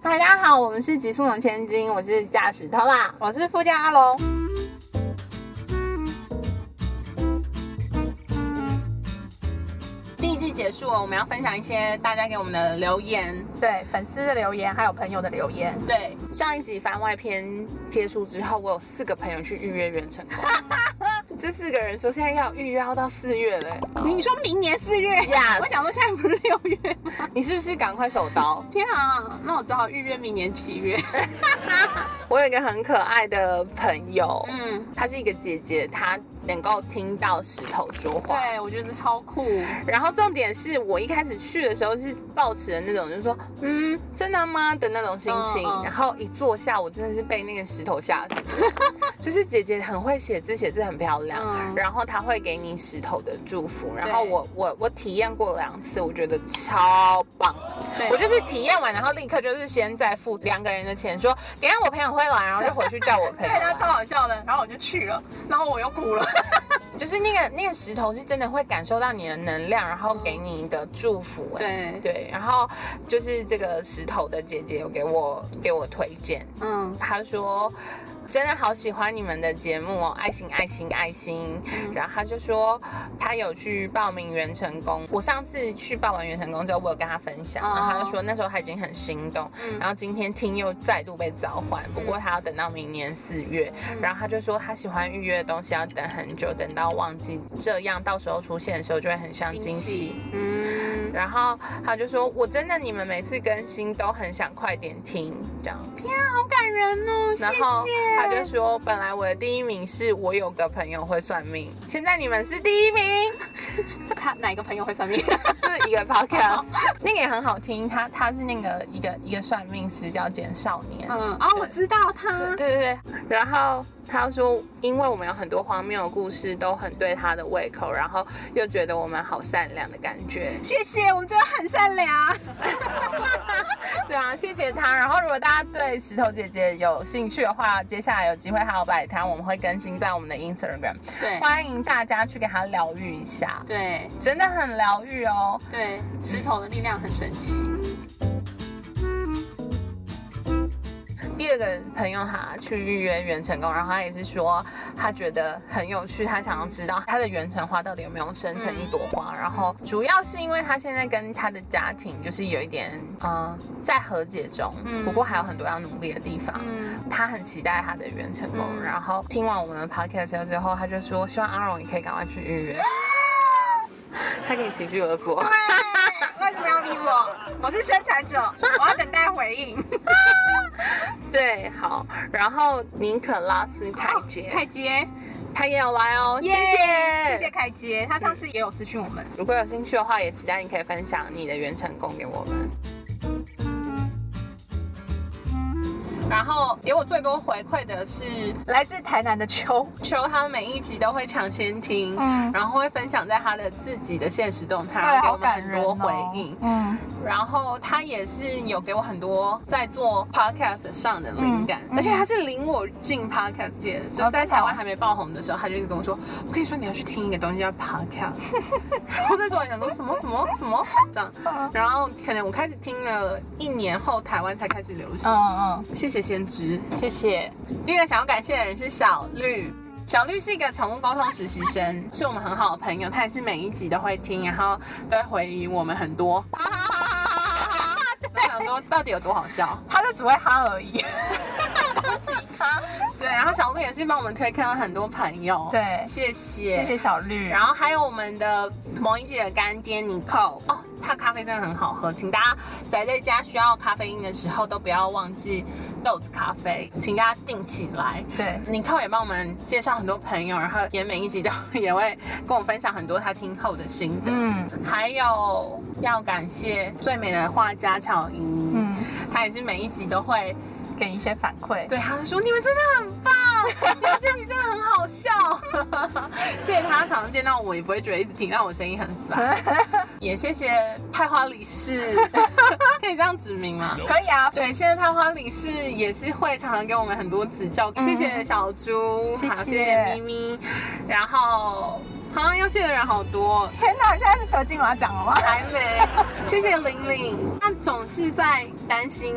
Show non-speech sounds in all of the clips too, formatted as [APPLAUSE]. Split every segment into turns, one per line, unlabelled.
嗨，大家好，我们是极速勇千金，我是驾驶头啦。
我是副驾阿龙。
第一季结束了，我们要分享一些大家给我们的留言。
对，粉丝的留言还有朋友的留言，
对，上一集番外篇贴出之后，我有四个朋友去预约元成功， [LAUGHS] 这四个人说现在要预约要到四月了、
你说明年四月
Yes
我想说现在不是六月吗？
你是不是赶快手刀？
天啊，那我只好预约明年七月。
我有一个很可爱的朋友，
嗯，
她是一个姐姐，她能够听到石头说话。
对，我觉得这超酷。
然后重点是我一开始去的时候是抱持的那种，就是说，嗯，真的吗的那种心情。
嗯嗯
然后一坐下，我真的是被那个石头吓
[LAUGHS]
死。就是姐姐很会写字，写字很漂亮，
嗯
然后她会给你石头的祝福。然后
对
我我我体验过两次，我觉得超棒。
对
我就是体验完，然后立刻就是先再付两个人的钱，说等一下我朋友会来，然后就回去叫我朋
对
友
他
来。
超好笑的，然后我就去了，然后我又哭了。
就是那个那个石头是真的会感受到你的能量，然后给你的祝福、哎
对
对，然后就是这个石头的姐姐有给我给我推荐，
嗯，
她说。真的好喜欢你们的节目哦，爱心爱心爱心。然后她就说她有去报名元成功，我上次去报完元成功之后，我有跟她分享，
哦
然后她就说那时候她已经很心动，然后今天听又再度被召唤，不过她要等到明年四月。然后她就说她喜欢预约的东西要等很久，等到忘记，这样到时候出现的时候就会很像惊喜。。
嗯，
然后他就说：“我真的你们每次更新都很想快点听这样。
啊好感人哦，”
然后
谢谢
他就说：“本来我的第一名是我有个朋友会算命，现在你们是第一
[LAUGHS]
名，
他哪一个朋友会算命？
就是一个 podcast，那个也很好听。他他是那个一个一个算命师叫简少年。
嗯，哦，我知道他。
对对对，然后他说，因为我们有很多荒谬的故事都很对他的胃口，然后又觉得我们好善良的感觉，
谢谢，我们真的很善良。
对啊，谢谢她。然后如果大家对石头姐姐有兴趣的话，接下来有机会还有摆摊，我们会更新在我们的 Instagram，
对
欢迎大家去给她疗愈一下，
对
真的很疗愈哦。
对，石头的力量很神奇。
第二个朋友他去预约元成功，然后他也是说他觉得很有趣，他想要知道他的元成花到底有没有生成一朵花。然后主要是因为他现在跟他的家庭就是有一点呃在和解中，不过还有很多要努力的地方。
嗯
他很期待他的元成功。
嗯
然后听完我们的 podcast 之后，他就说希望阿荣也可以赶快去预约。他可以情绪勒索。
哎为什么要逼我？我是生产者，我要等待回应。
对，好。然后尼可拉斯凯杰，
凯杰，
他也有来哦，谢
耶
谢
谢谢凯杰，他上次也有私讯我们。
如果有兴趣的话，也期待你可以分享你的原成功给我们。然后给我最多回馈的是
来自台南的秋，
求他每一集都会抢先听，
嗯
然后会分享在他的自己的现实动态，然后
对，
给
好
我们
感
很
人、
多
哦。
回应。
嗯，
然后他也是有给我很多在做 podcast 上的灵感，
嗯嗯
而且他是领我进 podcast 界的，就
哦
在
真的哦
台湾还没爆红的时候，他就一直跟我说：“我跟你说，你要去听一个东西叫 podcast。” [LAUGHS] 我那时候还想说什么什么什么这
嗯
样，然后可能我开始听了一年后，台湾才开始流行。
嗯
谢谢先知。
嗯，谢谢。
第一个想要感谢的人是小绿。小绿是一个宠物沟通实习生，是我们很好的朋友，他也是每一集都会听，然后都会回我们很多。我想说到底有多好笑？
他就只会哈而已，不及他。
[LAUGHS] 对，然后小鹿也是帮我们推坑了很多朋友，
对
谢
[LAUGHS] 谢
谢
谢。小绿，
然后还有我们的某一姐的干爹尼寇哦，他咖啡真的很好喝，请大家宅在家需要咖啡因的时候都不要忘记豆子咖啡，请大家订起来。
对
尼寇也帮我们介绍很多朋友，然后也每一集都 [LAUGHS] 也会跟我分享很多他听后的心得。
嗯
还有要感谢最美的画家巧怡，嗯，她也是每一集都会
给一些反馈。
对，他就说你们真的很棒，你们这集真的很好笑。 [LAUGHS] 谢谢他，常常见到我也不会觉得一直听到我声音很
[LAUGHS]
烦。也谢谢派花理事， [LAUGHS] 可以这样指名吗？
可以啊，
对，谢谢派花理事也是会常常给我们很多指教，谢谢小猪，
嗯谢
好谢
谢
谢咪咪，然后好像要谢的人好多。
天哪，现在是得金马奖了吗？
[LAUGHS] 还没，谢谢玲玲。那总是在担心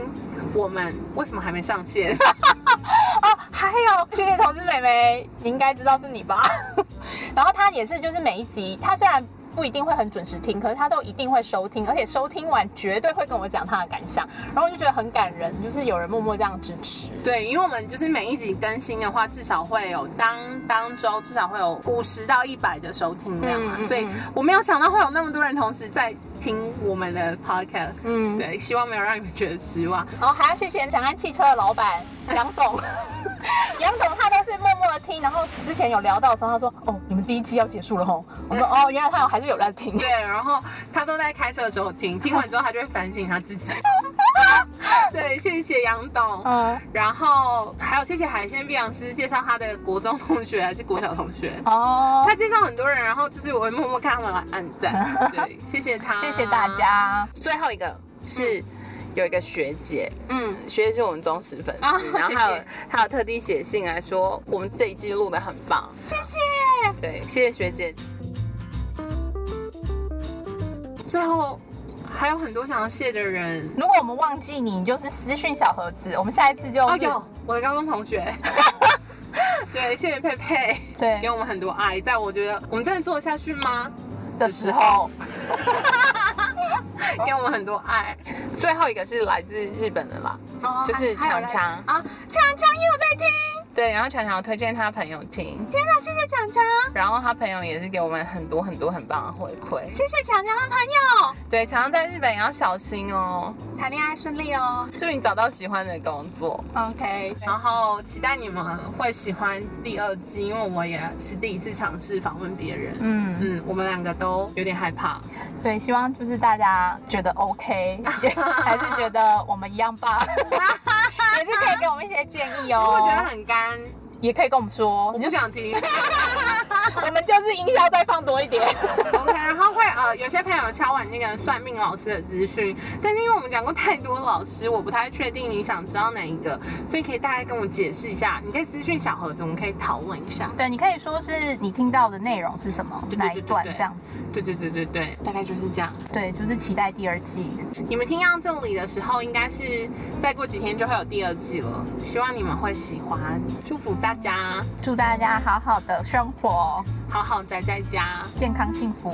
我们为什么还没上线。哦，
还有谢谢投资美眉，你应该知道是你吧？ [LAUGHS]
然后她也是，就是每一集，她虽然不一定会很准时听，可是她都一定会收听，而且收听完绝对会跟我讲她的感想，然后我就觉得很感人，就是有人默默这样支持。对，因为我们就是每一集更新的话，至少会有当当周至少会有五十到一百的收听量嘛，
嗯嗯嗯
所以我没有想到会有那么多人同时在听我们的 podcast。
嗯
对，希望没有让你们觉得失望。
然后还要谢谢长安汽车的老 [LAUGHS] 板杨董，杨董他都是默默的听，然后之前有聊到的时候，他说哦，你们第一季要结束了吼，我说哦，原来他有还是有在听，
对，然后他都在开车的时候听，听完之后他就会反省他自己。 [LAUGHS] 对，谢谢杨董。
[LAUGHS] 嗯，
然后还有谢谢海鲜碧昂斯介绍他的国中同学还是国小同学，
哦，
他介绍很多人，然后就是我会默默看他们来按
[LAUGHS]
赞，对，谢谢他，
谢谢大。家，
最后一个是有一个学姐，
嗯，
学姐是我们忠实粉丝，
啊
然后还有
谢谢
还有特地写信来说我们这一季录的很棒，
谢谢，
对，谢谢学姐。最后还有很多想要谢的人
如果我们忘记你，你就是私讯小盒子，我们下一次就
哦，
是
有我的高中同 [LAUGHS] 学，对，谢谢佩佩，
对
给我们很多爱，在我觉得我们真的做得下去吗？
的时
哦
候，
给我们很多爱。最后一个是来自日本的啦，就是
还有
强强
啊，强强也有在听，
对，然后强强推荐他朋友听，
天哪，谢谢强强，
然后他朋友也是给我们很多很多很棒的回馈。
谢谢强强的朋友。
对，强强在日本也要小心哦，
谈恋爱顺利哦。
祝你找到喜欢的工作。
OK，
然后期待你们会喜欢第二季，因为我也是第一次尝试访问别人。
嗯，
嗯，我们两个都有点害怕。
对，希望就是大家觉得
[LAUGHS]
OK，还是觉得我们一样棒，也是可以给我们一些建议哦。
我觉得很干，
也可以跟我们说，
我不想听。 [LAUGHS]
我们就是音效再放多一点。
OK，然后会呃，有些朋友敲完那个算命老师的资讯，但是因为我们讲过太多老师，我不太确定你想知道哪一个，所以可以大概跟我解释一下。你可以私讯小盒子，我们可以讨论一下。
对，你可以说是你听到的内容是什么，
对对对
哪一段
对对
这样子。
对对对对对，大概就是这样。
对，就是期待第二季。
你们听到这里的时候，应该是再过几天就会有第二季了，希望你们会喜欢，祝福大家
祝大家好好的生活，
好好宅在家。
健康幸福。